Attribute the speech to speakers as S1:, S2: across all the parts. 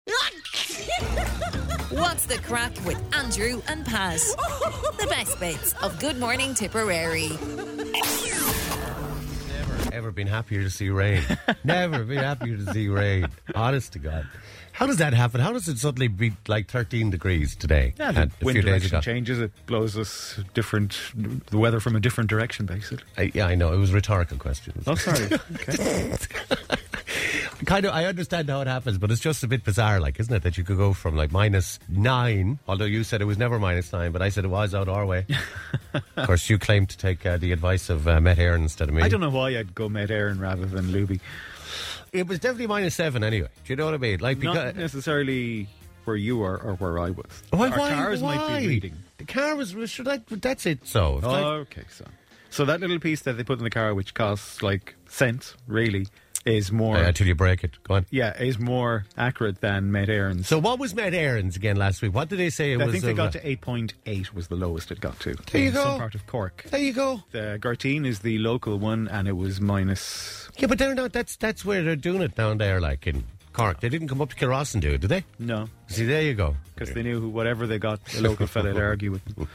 S1: What's the crack with Andrew and Pat? The best bits of Good Morning Tipperary.
S2: Ever been happier to see rain? Never been happier to see rain. Honest to God. How does that happen? How does it suddenly be like 13 degrees today?
S3: Yeah,
S2: and
S3: the
S2: a
S3: wind
S2: few days
S3: direction
S2: ago.
S3: changes. It blows us different, the weather from a different direction, basically.
S2: I, yeah, I know. It was a rhetorical question.
S3: Oh, sorry. okay.
S2: kind of I understand how it happens, but it's just a bit bizarre, like, isn't it? That you could go from like minus nine, although you said it was never minus nine, but I said it was out our way. of course, you claimed to take uh, the advice of uh, Met Aaron instead of me.
S3: I don't know why I'd go Med Aaron rather than Luby.
S2: It was definitely minus seven anyway. Do you know what I mean? Like,
S3: Not
S2: because Oh,
S3: necessarily where you were or where I was.
S2: why?
S3: Our
S2: why?
S3: cars might
S2: why?
S3: be reading.
S2: The car was. was- Should I, that's it. So if
S3: Oh,
S2: I-
S3: okay, so so that little piece that they put in the car, which costs like cents, really, is more.
S2: Uh, until you break it, go on.
S3: yeah, is more accurate than Med Aaron's.
S2: So what was Met Aaron's again last week? What did they say? It
S3: I
S2: was
S3: think they
S2: of,
S3: got
S2: uh,
S3: to eight point eight was the lowest it got to.
S2: There you
S3: in
S2: go.
S3: Some part of Cork.
S2: There you go.
S3: The Gartine is the local one, and it was minus.
S2: Yeah, but they're not. That's that's where they're doing it down there, like in Cork. They didn't come up to Kilross and do it, did they?
S3: No,
S2: See, there you go.
S3: because they knew who, whatever they got, the local fella to argue with. them.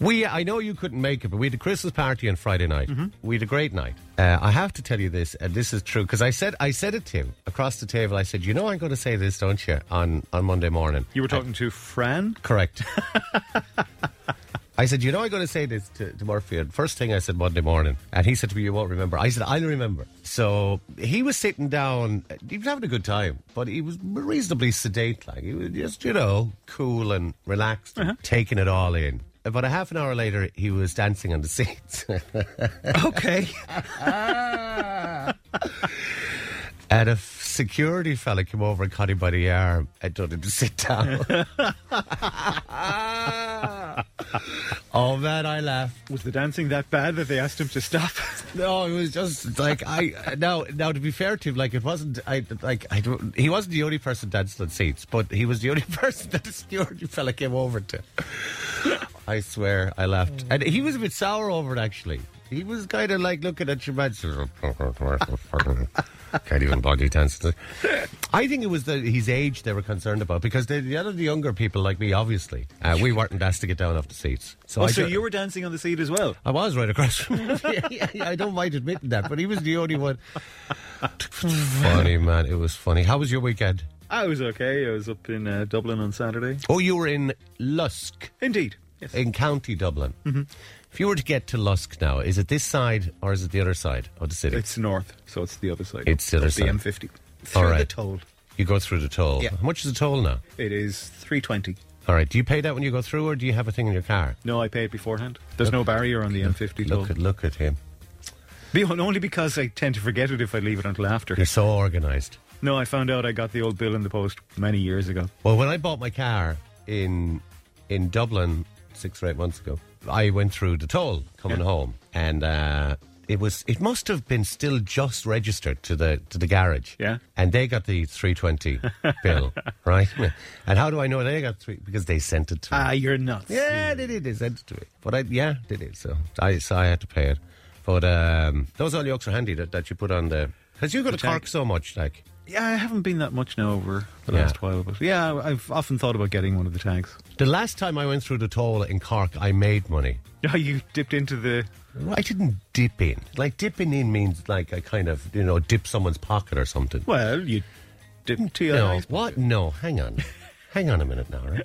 S2: We, I know you couldn't make it, but we had a Christmas party on Friday night.
S3: Mm-hmm.
S2: We had a great night. Uh, I have to tell you this, and this is true because I said, I said it to him across the table. I said, "You know, I'm going to say this, don't you?" On on Monday morning.
S3: You were talking to Fran.
S2: Correct. I said, you know, I'm going to say this to, to Murphy. And first thing I said Monday morning, and he said to me, you won't remember. I said, I'll remember. So he was sitting down. He was having a good time, but he was reasonably sedate. Like he was just, you know, cool and relaxed, and taking it all in. About a half an hour later, he was dancing on the seats.
S3: Okay.
S2: And a f- security fella came over and caught him by the arm and told him to sit down. oh man, I laughed.
S3: was the dancing that bad that they asked him to stop?
S2: No, it was just like I now. Now to be fair to him, like it wasn't. I like I don't. He wasn't the only person dancing on seats, but he was the only person that the security fella came over to. I swear, I laughed, and he was a bit sour over it. Actually, he was kind of like looking at your man. "Oh, Can't even body dance. I think it was the, his age they were concerned about because the, the other the younger people like me, obviously, uh, we weren't asked to get down off the seats. So
S3: oh,
S2: I
S3: so
S2: ju-
S3: you were dancing on the seat as well.
S2: I was right across from him. Yeah, yeah, yeah, I don't mind admitting that, but he was the only one. funny, man. It was funny. How was your weekend?
S3: I was okay. I was up in uh, Dublin on Saturday.
S2: Oh, you were in Lusk,
S3: Indeed. Yes.
S2: in County Dublin. Mm-hmm. If you were to get to Lusk now, is it this side or is it the other side of the city?
S3: It's north, so it's the other side.
S2: It's the other
S3: Of
S2: side.
S3: M50. Through the
S2: right.
S3: toll.
S2: you go through the toll.
S3: Yeah.
S2: How much is the toll now?
S3: It is 320.
S2: All right. Do you pay that when you go through or do you have a thing in your car?
S3: No, I paid beforehand. There's no barrier on the M50 toll.
S2: Look at, look at him.
S3: Be- Only because I tend to forget it if I leave it until after.
S2: You're so organised.
S3: No, I found out I got the old bill in the post many years ago.
S2: Well, when I bought my car in in Dublin six or eight months ago, I went through the toll coming
S3: Yeah.
S2: home, and uh, it was it must have been still just registered to the to the garage.
S3: Yeah.
S2: and they got the three twenty bill, right? And how do I know they got three? Because they sent it to me.
S3: Ah, you're nuts.
S2: Yeah, they did. They sent it to me. But I, yeah, they did. So I, so I had to pay it. But um, those all yokes are handy that, that you put on the. Because you go to
S3: tag.
S2: Cork so much, like.
S3: Yeah, I haven't been that much now over the
S2: Yeah.
S3: last while, but yeah, I've often thought about getting one of the tags.
S2: The last time I went through the toll in Cork, I made money.
S3: Yeah, Oh, you dipped into the.
S2: I didn't dip in. Like dipping in means like I kind of you know dip someone's pocket or something.
S3: Well, you dipped into your
S2: No,
S3: eyes.
S2: what? No, hang on, hang on a minute now, right?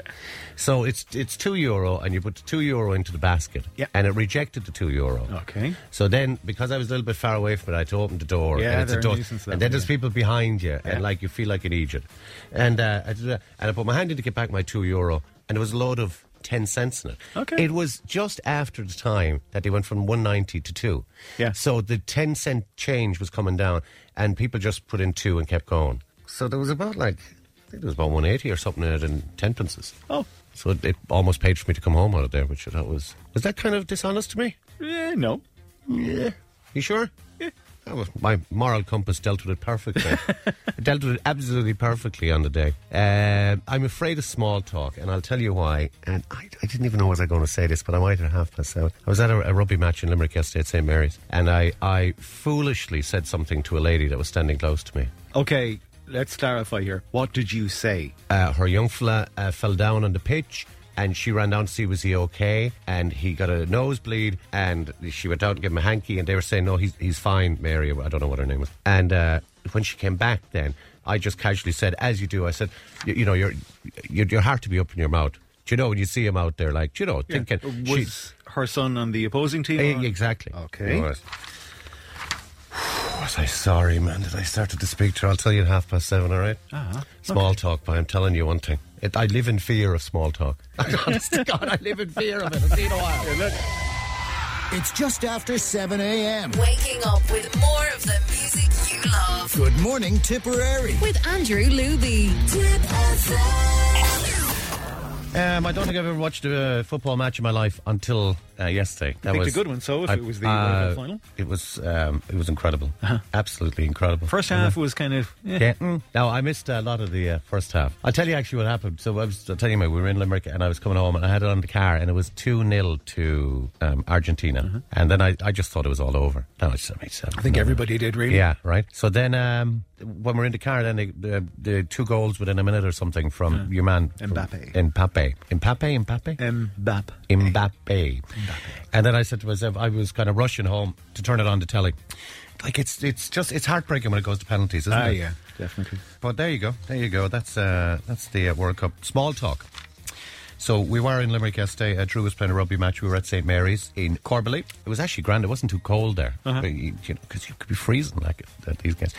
S2: So it's it's two euro, and you put the two euro into the basket,
S3: Yeah. Oh.
S2: and it rejected the two euro.
S3: Okay.
S2: So then, because I was a little bit far away from it, I had to open the door.
S3: Yeah,
S2: and it's a
S3: they're a
S2: door,
S3: nuisance, that
S2: and then
S3: one,
S2: there's
S3: yeah.
S2: people behind you,
S3: Yeah.
S2: and like you feel like an Egypt. And uh, I did that, and I put my hand in to get back my two euro, and there was a load of ten cents in it.
S3: Okay.
S2: It was just after the time that they went from one ninety to two.
S3: Yeah.
S2: So the ten cent change was coming down, and people just put in two and kept going. So there was about like I think there was about one eighty or something in it in tenpences.
S3: Oh,
S2: So it, it almost paid for me to come home out of there, which I thought was was that kind of dishonest to me.
S3: yeah, no.
S2: Yeah. You sure? Yeah. That was my moral compass dealt with it perfectly. it dealt with it absolutely perfectly on the day. Um I'm afraid of small talk, and I'll tell you why. And I, I didn't even know was I going to say this, but I might at half past seven. I was at a, a rugby match in Limerick yesterday at St Mary's, and I, I foolishly said something to a lady that was standing close to me.
S3: Okay, let's clarify here. What did you say?
S2: Uh, her young fella uh, fell down on the pitch. And she ran down to see was he okay, and he got a nosebleed, and she went out to give him a hanky, and they were saying no, he's he's fine, Mary. I don't know what her name was. And uh, when she came back, then I just casually said, as you do, I said, you, you know, your your your heart to be up in your mouth. Do you know when you see him out there, like do you know, thinking she-
S3: Uh, was her son on the opposing team?
S2: Eh,
S3: or-
S2: exactly.
S3: Okay.
S2: It was. Was I sorry, man? Did I started to speak to her? I'll tell you at half past seven, all right?
S3: Ah,
S2: Small talk, but I'm telling you one thing. It, I live in fear of small talk. Honest to God, I live in fear of it. I've seen a while.
S4: It's just after 7 a.m.
S1: Waking up with more of the music you love.
S4: Good morning, Tipperary.
S5: With Andrew Luby.
S1: Tip FM.
S2: Um, I don't think I've ever watched a football match in my life until uh, yesterday. That uh,
S3: Picked a good one, so, if it was the World Cup final? Uh-huh.
S2: It was, um, it was incredible. Absolutely incredible.
S3: First half was kind of. eh.
S2: Yeah. Now I missed a lot of the uh, first half. I'll tell you actually what happened. So I was I'll tell you, mate, we were in Limerick and I was coming home and I had it on the car and it was two 0 to um, Argentina and then I, I just thought it was all over. No, it's I, mean, it's, uh,
S3: Mm-hmm. I think
S2: no, no.
S3: everybody did, really.
S2: Yeah, right. So then, um, when we're in the car, then the, the, the two goals within a minute or something from your man from-
S3: Mbappe.
S2: Mbappe, Mbappe, Mbappe,
S3: Mbappe.
S2: Mbappe. And then I said to myself, I was kind of rushing home to turn it on to telly. Like it's it's just it's heartbreaking when it goes to penalties, isn't
S3: Ah,
S2: it?
S3: yeah, definitely.
S2: But there you go, there you go. That's uh, that's the uh, World Cup small talk. So we were in Limerick yesterday. Uh, Drew was playing a rugby match. We were at St Mary's in Corbally. It was actually grand. It wasn't too cold there, because you, you know, 'cause you could be freezing like at these games.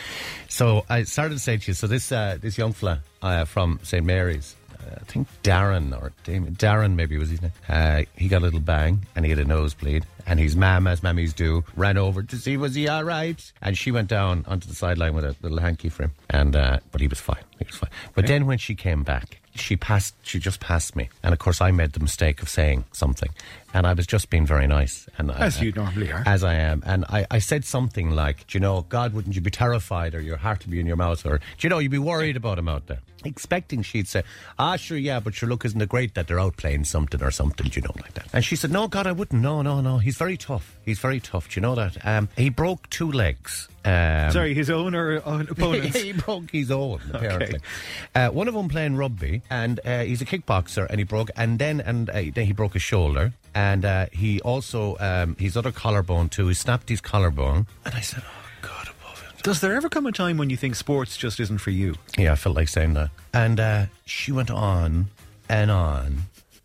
S2: So I started to say to you, so this uh, this young fella uh, from St Mary's. uh, I think Darren or Damien, Darren maybe was his name. Uh, he got a little bang and he had a nosebleed. And his mam, as mammies do, ran over to see was he all right. And she went down onto the sideline with a little hanky for him. And uh, but he was fine. He was fine. But then when she came back, she passed she just passed me and of course i made the mistake of saying something and i was just being very nice and I-
S3: As you normally are.
S2: as i am and I, I said something like do you know god wouldn't you be terrified or your heart would be in your mouth or do you know you'd be worried about him out there expecting she'd say ah sure yeah but sure look isn't it great that they're out playing something or something do you know like that and she said no god i wouldn't no no no he's very tough he's very tough do you know that um, he broke two legs um,
S3: Sorry, his own or own opponents.
S2: he broke his own, apparently. Uh, one of them playing rugby, and uh, he's a kickboxer, and he broke, and then and uh, then he broke his shoulder, and uh, he also um, his other collarbone too. He snapped his collarbone, and I said, "Oh God, above it."
S3: Does there ever come a time when you think sports just isn't for you?
S2: Yeah, I felt like saying that. And uh, she went on and on,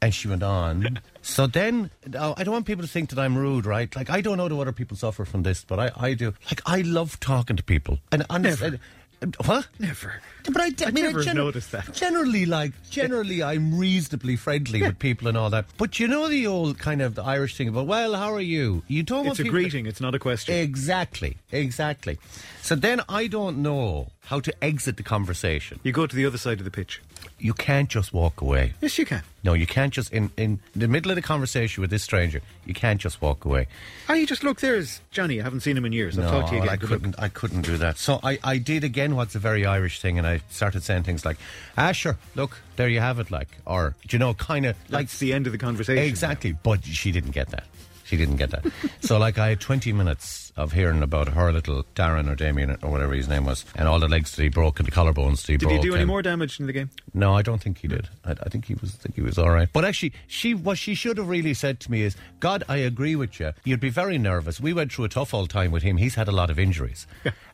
S2: and she went on. so then, now, I don't want people to think that I'm rude, right? Like, I don't know do other people suffer from this, but I, I do. Like, I love talking to people. And honestly,
S3: Never.
S2: what?
S3: Never.
S2: But I, d- I mean,
S3: never
S2: I gener-
S3: noticed that.
S2: Generally, like generally, I'm reasonably friendly with people and all that. But you know the old kind of the Irish thing about, well, how are you? You Eh. don't want
S3: It's a
S2: people-
S3: greeting, it's not a question.
S2: Exactly, exactly. So then I don't know how to exit the conversation.
S3: You go to the other side of the pitch.
S2: You can't just walk away.
S3: Yes, you can.
S2: No, you can't just in in the middle of the conversation with this stranger. You can't just walk away.
S3: Ah, you just look, there's Johnny. I haven't seen him in years. I've
S2: No,
S3: talked to you again.
S2: I
S3: Good
S2: couldn't. I couldn't do that. So I, I did again. What's a very Irish thing, and I started saying things like, "Ah, sure, look, there you have it." Like, or do you know, kind of like
S3: Like the end of the conversation.
S2: exactly. But she didn't get that. She didn't get that. so like, I had twenty minutes of hearing about her little Darren or Damien or whatever his name was, and all the legs that he broke and the collarbones that he
S3: Did
S2: broke.
S3: he do any
S2: and-
S3: more damage in the game?
S2: no, I don't think he did. I, I think he was think he was all right. But actually, she what she should have really said to me is, "God, I agree with you. You'd be very nervous. We went through a tough old time with him. He's had a lot of injuries,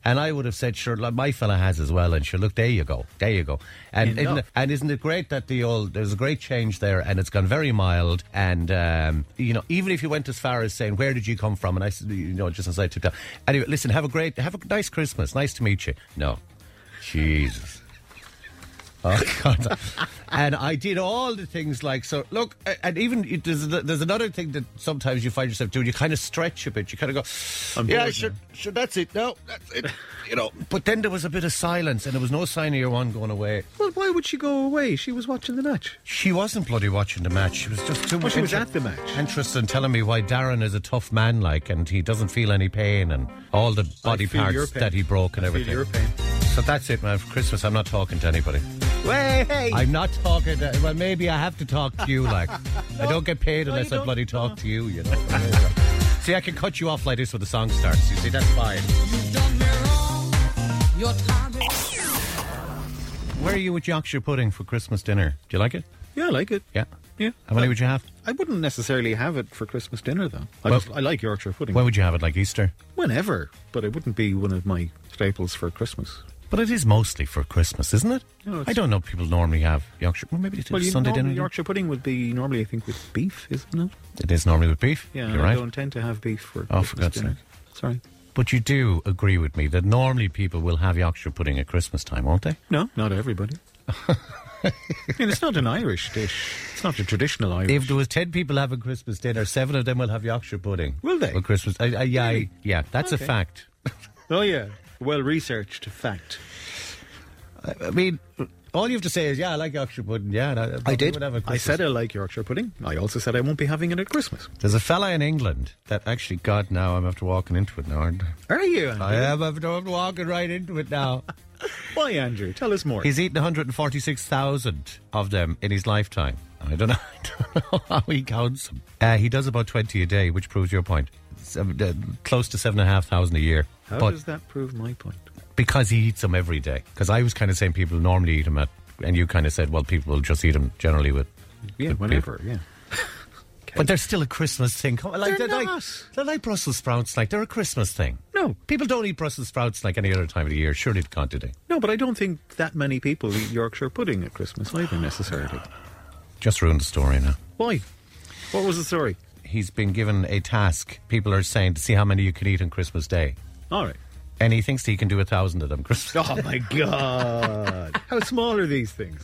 S2: and I would have said, sure, like my fella has as well. And sure, look, there you go, there you go. And
S3: Enough.
S2: isn't it, and isn't it great that the old there's a great change there, and it's gone very mild. And um, you know, even if you went as far as saying, "Where did you come from?" and I said, you know, just as I took that. Anyway, listen, have a great, have a nice Christmas. Nice to meet you. No, Jesus. Oh God! and I did all the things like so. Look, and even it- there's there's another thing that sometimes you find yourself doing. You kind of stretch a bit. You kind of go,
S3: I'm
S2: yeah,
S3: bored
S2: sure,
S3: now."
S2: sure, that's it. No, that's it. You know. But then there was a bit of silence, and there was no sign of your one going away.
S3: Well, why would she go away? She was watching the match.
S2: She wasn't bloody watching the match. She was just too much.
S3: she was
S2: inter-
S3: at the match.
S2: Interested in telling me why Darren is a tough man, like, and he doesn't feel any pain, and all the body
S3: I feel your
S2: parts
S3: pain.
S2: that he broke and
S3: I feel
S2: everything.
S3: your pain.
S2: So that's it, man. For Christmas, I'm not talking to anybody.
S3: Way, hey!
S2: I'm not talking. To, well, maybe I have to talk to you. Like, I don't get paid
S3: No,
S2: unless
S3: you
S2: I
S3: don't.
S2: bloody talk to you. You know. see, I can cut you off like this when the song starts. You see, that's fine. Where are you with Yorkshire pudding for Christmas dinner? Do you like it?
S3: Yeah, I like it.
S2: Yeah.
S3: Yeah.
S2: How many would you have?
S3: I wouldn't necessarily have it for Christmas dinner, though. I,
S2: Well-
S3: just, I like Yorkshire pudding.
S2: When would you have it? Like Easter?
S3: whenever, but it wouldn't be one of my staples for Christmas.
S2: But it is mostly for Christmas, isn't it?
S3: No, it's-
S2: I don't know. if People normally have Yorkshire. Well, maybe it's
S3: Well, you
S2: Sunday
S3: norm-
S2: dinner.
S3: Yorkshire pudding would be normally, I think, with beef, isn't it?
S2: It is normally with beef.
S3: Yeah,
S2: you're
S3: I
S2: right.
S3: don't tend to have beef for
S2: Oh,
S3: Christmas
S2: for God's
S3: dinner. Sorry.
S2: But you do agree with me that normally people will have Yorkshire pudding at Christmas time, won't they?
S3: No, not everybody. I mean, it's not an Irish dish. It's not a traditional Irish.
S2: If there was ten people having Christmas dinner, seven of them will have Yorkshire pudding.
S3: Will they?
S2: With Christmas, I, I, yeah, I- yeah, that's
S3: Okay.
S2: a fact.
S3: oh yeah, well researched fact.
S2: I mean, all you have to say is, yeah, I like Yorkshire pudding. Yeah, and I, probably Would have a
S3: I
S2: Christmas.
S3: said I like Yorkshire pudding. I also said I won't be having it at Christmas.
S2: There's a fella in England that actually, God, now I'm after walking into it now, aren't I?
S3: Are you? Andrew?
S2: I am after I'm walking right into it now.
S3: Why, Andrew? Tell us more.
S2: He's eaten 146,000 of them in his lifetime. I don't know, I don't know how he counts them. Uh, he does about 20 a day, which proves your point. Seven, uh, close to 7,500 a year.
S3: How
S2: but
S3: does that prove my point?
S2: because he eats them every day. Because I was kind of saying people normally eat them at, and you kind of said, well, people will just eat them generally with.
S3: Yeah,
S2: with
S3: whenever.
S2: beef.
S3: Yeah.
S2: But they're still a Christmas thing. Come on, Like,
S3: They're
S2: like-
S3: not.
S2: they're like Brussels sprouts. Like they're a Christmas thing.
S3: No.
S2: people don't eat Brussels sprouts like any other time of the year. Surely they can't do they?
S3: No, but I don't think that many people eat Yorkshire pudding at Christmas either necessarily.
S2: Just ruined the story now.
S3: Why? What was the story?
S2: he's been given a task. People are saying to see how many you can eat on Christmas Day,
S3: All right.
S2: and he thinks he can do a thousand of them. Christmas.
S3: Oh my God! How small are these things?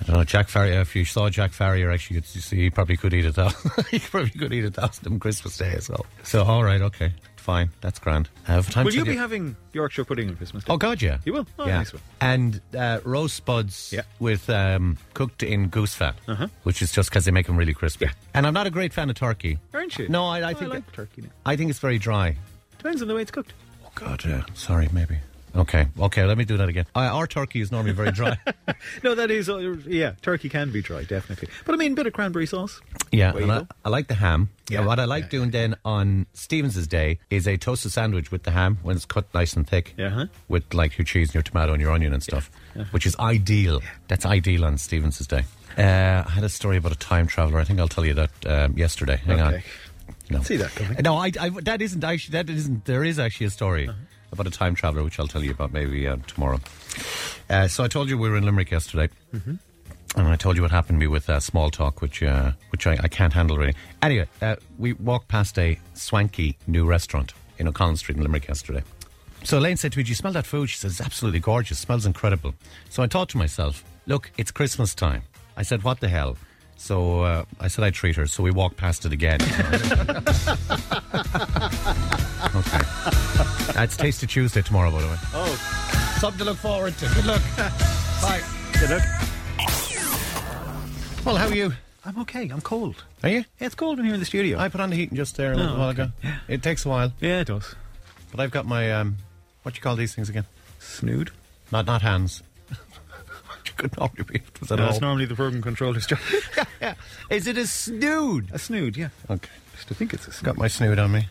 S2: I don't know. Jack Farrier. If you saw Jack Farrier, actually, you'd see he probably could eat a thousand. he probably could eat a thousand on Christmas Day as well. So, all right, okay, fine, that's grand. I have time.
S3: Will
S2: to
S3: you be
S2: do-
S3: having Yorkshire pudding at Christmas? Day?
S2: Oh God, yeah.
S3: You will? Oh,
S2: yeah.
S3: nice one.
S2: And uh, roast spuds
S3: Yeah.
S2: with um, cooked in goose fat,
S3: Uh-huh.
S2: which is just because they make them really crispy.
S3: Yeah.
S2: And I'm not a great fan of turkey.
S3: aren't you?
S2: No, I, I
S3: Oh,
S2: think
S3: like turkey. Now.
S2: I think it's very dry.
S3: Depends on the way it's cooked.
S2: Oh God, yeah. Sorry, maybe. Okay, okay. Let me do that again. Uh, our turkey is normally very dry.
S3: No, that is uh, yeah. Turkey can be dry, definitely. But I mean, bit of cranberry sauce.
S2: yeah,
S3: There
S2: and
S3: you
S2: I,
S3: go.
S2: I like the ham.
S3: Yeah,
S2: And what I like
S3: yeah,
S2: doing then on Stevens's day is a toasted sandwich with the ham when it's cut nice and thick.
S3: Yeah, huh?
S2: With like your cheese and your tomato and your onion and stuff, which is ideal. That's ideal on Stevens's day. Uh, I had a story about a time traveler. I think I'll tell you that um, yesterday. Hang
S3: Okay.
S2: on. No.
S3: See that coming. Uh-huh.
S2: No, I, I- that isn't actually. That isn't. There is actually a story about a time traveler, which I'll tell you about maybe uh, tomorrow. Uh, so I told you we were in Limerick yesterday,
S3: Mm-hmm.
S2: and I told you what happened to me with uh, small talk, which uh, which I, I can't handle really. Anyway, uh, we walked past a swanky new restaurant in O'Connell Street in Limerick yesterday. So Elaine said to me, "Do you smell that food?" She says, "It's absolutely gorgeous. Smells incredible." So I thought to myself, "Look, it's Christmas time." I said, "What the hell?" So uh, I said, "I treat her." So we walked past it again. okay. That's Tasty Tuesday tomorrow, by the way.
S3: Oh,
S2: Something to look forward to. Good luck. Bye.
S3: yeah, look.
S2: Well, how are you?
S3: I'm okay. I'm cold.
S2: Are you?
S3: Yeah, it's cold in here in the studio.
S2: I put on the heating just there a little
S3: Oh,
S2: while
S3: okay.
S2: ago. It takes a while,
S3: yeah, it does.
S2: but I've got my um, what do you call these things again?
S3: Snood.
S2: Not not hands. you could normally be it was at
S3: No, that's
S2: home.
S3: normally the program controller's job.
S2: Yeah. Is it a snood?
S3: a snood, yeah.
S2: Okay,
S3: Just to think it's a snood.
S2: got my snood on me.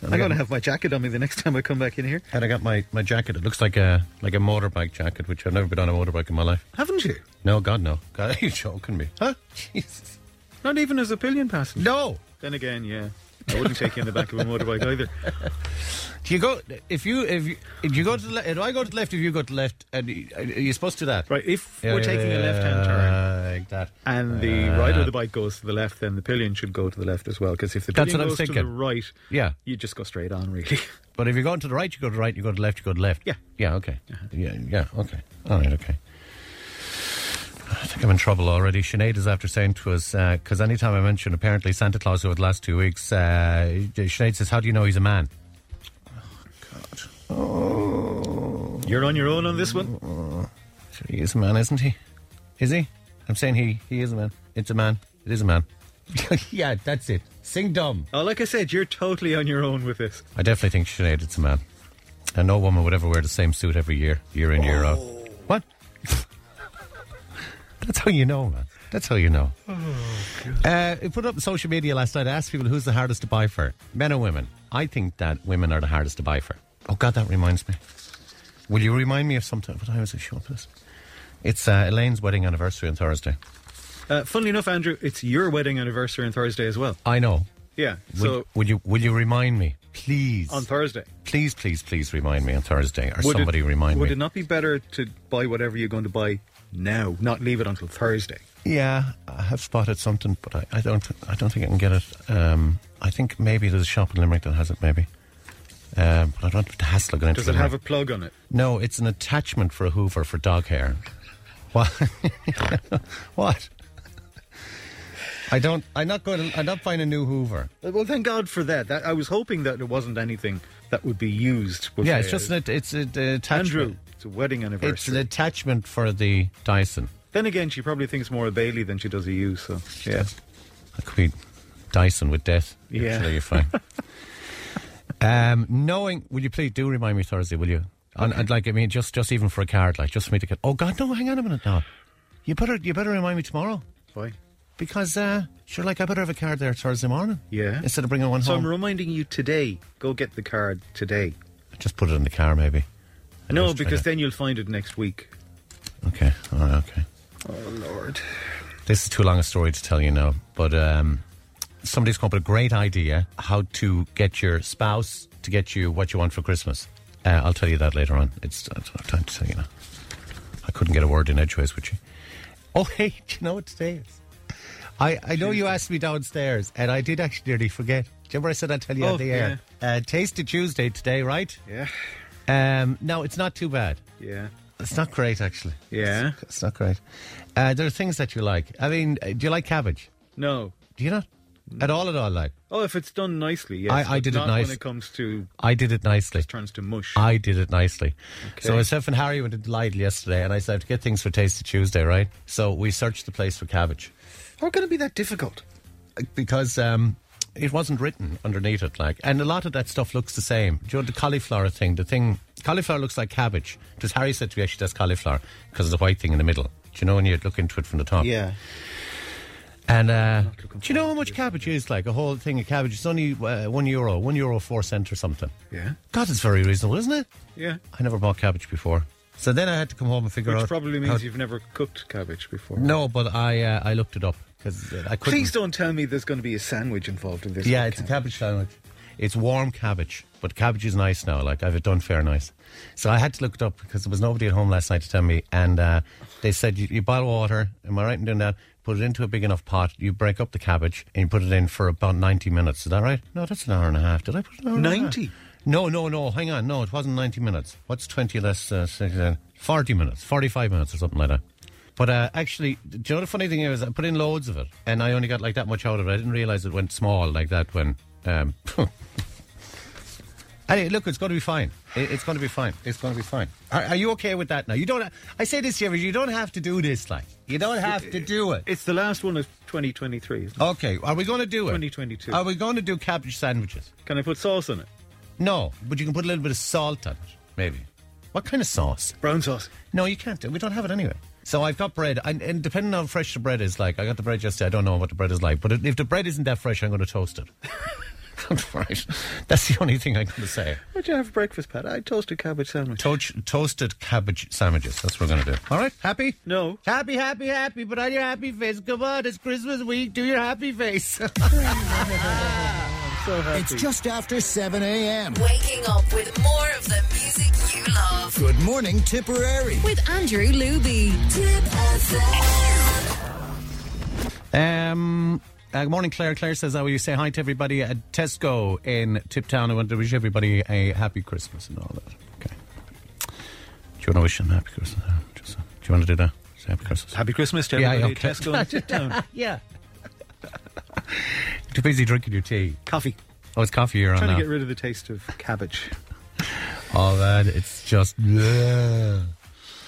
S2: And
S3: I'm
S2: I got,
S3: going to have my jacket on me the next time I come back in here.
S2: and I got my, my jacket. It looks like a like a motorbike jacket, which I've never been on a motorbike in my life.
S3: Haven't you?
S2: No, God, no. God, are you joking me? Huh? Jesus.
S3: Not even as a pillion passenger.
S2: No.
S3: Then again, yeah. I wouldn't take you in the back of a motorbike either.
S2: Do you go if you if you, if you go to the left? Do I go to the left? If you go to the left, and you- are you supposed to do that?
S3: Right, if
S2: Yeah,
S3: we're taking
S2: yeah,
S3: a left hand
S2: yeah,
S3: turn
S2: like that.
S3: and the rider of the bike goes to the left, then the pillion should go to the left as well. Because if the
S2: That's
S3: pillion
S2: what I
S3: goes
S2: was
S3: to the
S2: thinking.
S3: right,
S2: Yeah.
S3: you just go straight on, really.
S2: But if you're going to the right, you go to the right. You go to the left, you go to the left.
S3: Yeah. Uh-huh.
S2: Yeah. Okay. Yeah. Yeah. Okay. All right. Okay. I think I'm in trouble already. Sinead is after saying to us because anytime I mention apparently Santa Claus over the last two weeks, uh, Sinead says, "How do you know he's a man?"
S3: You're on your own on this one.
S2: So he is a man, isn't he? Is he? I'm saying he. He is a man. It's a man. It is a man. yeah. That's it. Sing dumb.
S3: Oh, like I said, you're totally on your own with this.
S2: I definitely think Sinead it's a man. And no woman would ever wear the same suit every year, year in, year out. What? That's how you know, man. That's how you know. uh, I put up on social media last night. I asked people who's the hardest to buy for, men or women. I think that women are the hardest to buy for. Oh, God, that reminds me. Will you remind me of something? What time is the show, please? It's uh, Elaine's wedding anniversary on Thursday.
S3: Uh, funnily enough, Andrew, it's your wedding anniversary on Thursday as well.
S2: I know.
S3: Yeah.
S2: Would,
S3: So
S2: would you would you remind me, please?
S3: on Thursday.
S2: please, please, please remind me on Thursday, or
S3: Would it-
S2: somebody remind
S3: Would
S2: me.
S3: it not be better to buy whatever you're going to buy now, not leave it until Thursday?
S2: Yeah, I have spotted something, but I, I don't. I don't think I can get it. Um, I think maybe there's a shop in Limerick that has it. Maybe, um, but I don't want to hassle going into
S3: Does it have a plug on it?
S2: No, it's an attachment for a Hoover for dog hair. What? what? I don't. I'm not going. To, I'm not buying a new Hoover.
S3: Uh, Well, thank God for that. that I was hoping that it wasn't anything that would be used. but,
S2: Yeah, it's
S3: uh,
S2: just an. It's an attachment.
S3: Andrew. It's a wedding
S2: It's an
S3: anniversary.
S2: attachment for the Dyson.
S3: then again, she probably thinks more of Bailey than she does of you. So yeah,
S2: That could be Dyson with death.
S3: Yeah.
S2: Actually, you're fine. um, knowing, will you please do remind me Thursday, will you? And, and like, I mean, just just even for a card, like just for me to get. Oh God, no! Hang on a minute now. You better you better remind me tomorrow
S3: why?
S2: because uh, sure, like I better have a card there Thursday morning.
S3: Yeah.
S2: Instead of bringing one
S3: So I'm
S2: home,
S3: reminding you today. Go get the card today.
S2: just put it in the car maybe. And
S3: No,
S2: just try
S3: because
S2: to-
S3: then you'll find it next week.
S2: Okay. All right, okay.
S3: Oh Lord.
S2: This is too long a story to tell you now, but um, somebody's come up with a great idea how to get your spouse to get you what you want for Christmas. Uh, I'll tell you that later on. It's I don't have time to tell you now. I couldn't get a word in edgeways with you. Oh, hey, do you know what today is? I, I know you asked me downstairs, and I did actually nearly forget. Do you remember I said I'd tell you
S3: Oh,
S2: on the air? Uh, Tasty Tuesday today, right?
S3: Yeah.
S2: Um, no, it's not too bad.
S3: Yeah.
S2: It's not great, actually.
S3: Yeah.
S2: It's not great. Uh, there are things that you like. I mean, uh, do you like cabbage?
S3: No.
S2: Do you not?
S3: Mm.
S2: At all, at all, like.
S3: Oh, if it's done nicely, yes.
S2: I- I
S3: but
S2: did it
S3: not
S2: nice.
S3: When it comes to
S2: I did it nicely.
S3: turns to mush.
S2: I did it nicely.
S3: Okay.
S2: So myself and Harry went into Lidl yesterday, and I said, to get things for Tasty Tuesday, right? So we searched the place for cabbage. Uh,
S3: How can it be that difficult?
S2: because um, it wasn't written underneath it. Like, and a lot of that stuff looks the same. Do you know the cauliflower thing? The thing cauliflower looks like cabbage. Because Harry said to me, "Actually, that's cauliflower because of the white thing in the middle." Do you know when you look into it from the top?
S3: Yeah.
S2: And uh, do
S3: looking
S2: you know how
S3: forward
S2: much
S3: to this.
S2: cabbage is? Like a whole thing of cabbage. It's only uh, one euro, one euro four cent or something.
S3: Yeah.
S2: God, it's very reasonable, isn't it?
S3: Yeah.
S2: I never bought cabbage before, so then I had to come home and figure
S3: Which
S2: out.
S3: probably
S2: how-
S3: means you've never cooked cabbage before.
S2: no, but I uh, I looked it up because I couldn't.
S3: Please don't tell me there's going to be a sandwich involved in this.
S2: Yeah,
S3: one,
S2: it's a
S3: Ken.
S2: cabbage sandwich. It's warm cabbage, but cabbage is nice now. Like I've it done fair nice. So I had to look it up because there was nobody at home last night to tell me. And uh, they said you, you boil water. Am I right in doing that? Put it into a big enough pot. You break up the cabbage and you put it in for about ninety minutes. Is that right? No, that's an hour and a half. Did I put an hour? and a half?
S3: 90?
S2: No, no, no. Hang on. No, it wasn't ninety minutes. What's twenty less? Uh, 60, uh, Forty minutes. Forty-five minutes or something like that. But uh, actually, do you know the funny thing is, I put in loads of it, and I only got like that much out of it. I didn't realize it went small like that when. Um, Anyway, look, it's going to be fine. It- It's going to be fine. It's going to be fine. Are, are you okay with that now? You don't. I say this to you, you don't have to do this. Like you don't have to do it.
S3: It's the last one of 2023. Isn't it?
S2: Okay, are we going to do it?
S3: 2022.
S2: Are we going to do cabbage sandwiches?
S3: Can I put sauce on it?
S2: No, but you can put a little bit of salt on it, maybe. What kind of sauce?
S3: Brown sauce.
S2: No, you can't. do it. We don't have it anyway. So I've got bread, and, and depending on how fresh the bread is, like I got the bread yesterday. I don't know what the bread is like, but if the bread isn't that fresh, I'm going to toast it. right, that's the only thing I'm going to say.
S3: What'd you have for breakfast, Pat? I toasted cabbage sandwich.
S2: Toach toasted cabbage sandwiches. That's what we're going to do. All right, happy?
S3: No.
S2: Happy, happy, happy. Put on your happy face. Come on, it's Christmas week. Do your happy face.
S3: So happy.
S4: It's just after 7 a.m.
S1: Waking up with more of the music you love.
S4: Good morning, Tipperary.
S6: With Andrew Luby.
S1: Tip FM.
S2: um. Uh, good morning, Claire. Claire says, I will you say hi to everybody at Tesco in Tiptown. I want to wish everybody a happy Christmas and all that. Okay. Do you want to wish them happy Christmas? Uh, Just, uh, do you want to do that? Say happy Christmas.
S3: Happy Christmas to
S2: Yeah,
S3: everybody.
S2: okay.
S3: Tesco and sit down.
S2: yeah. Too busy drinking your tea.
S3: Coffee.
S2: Oh, it's coffee you're on
S3: Trying
S2: now.
S3: to get rid of the taste of cabbage. Did
S2: Oh man, it's just.
S3: you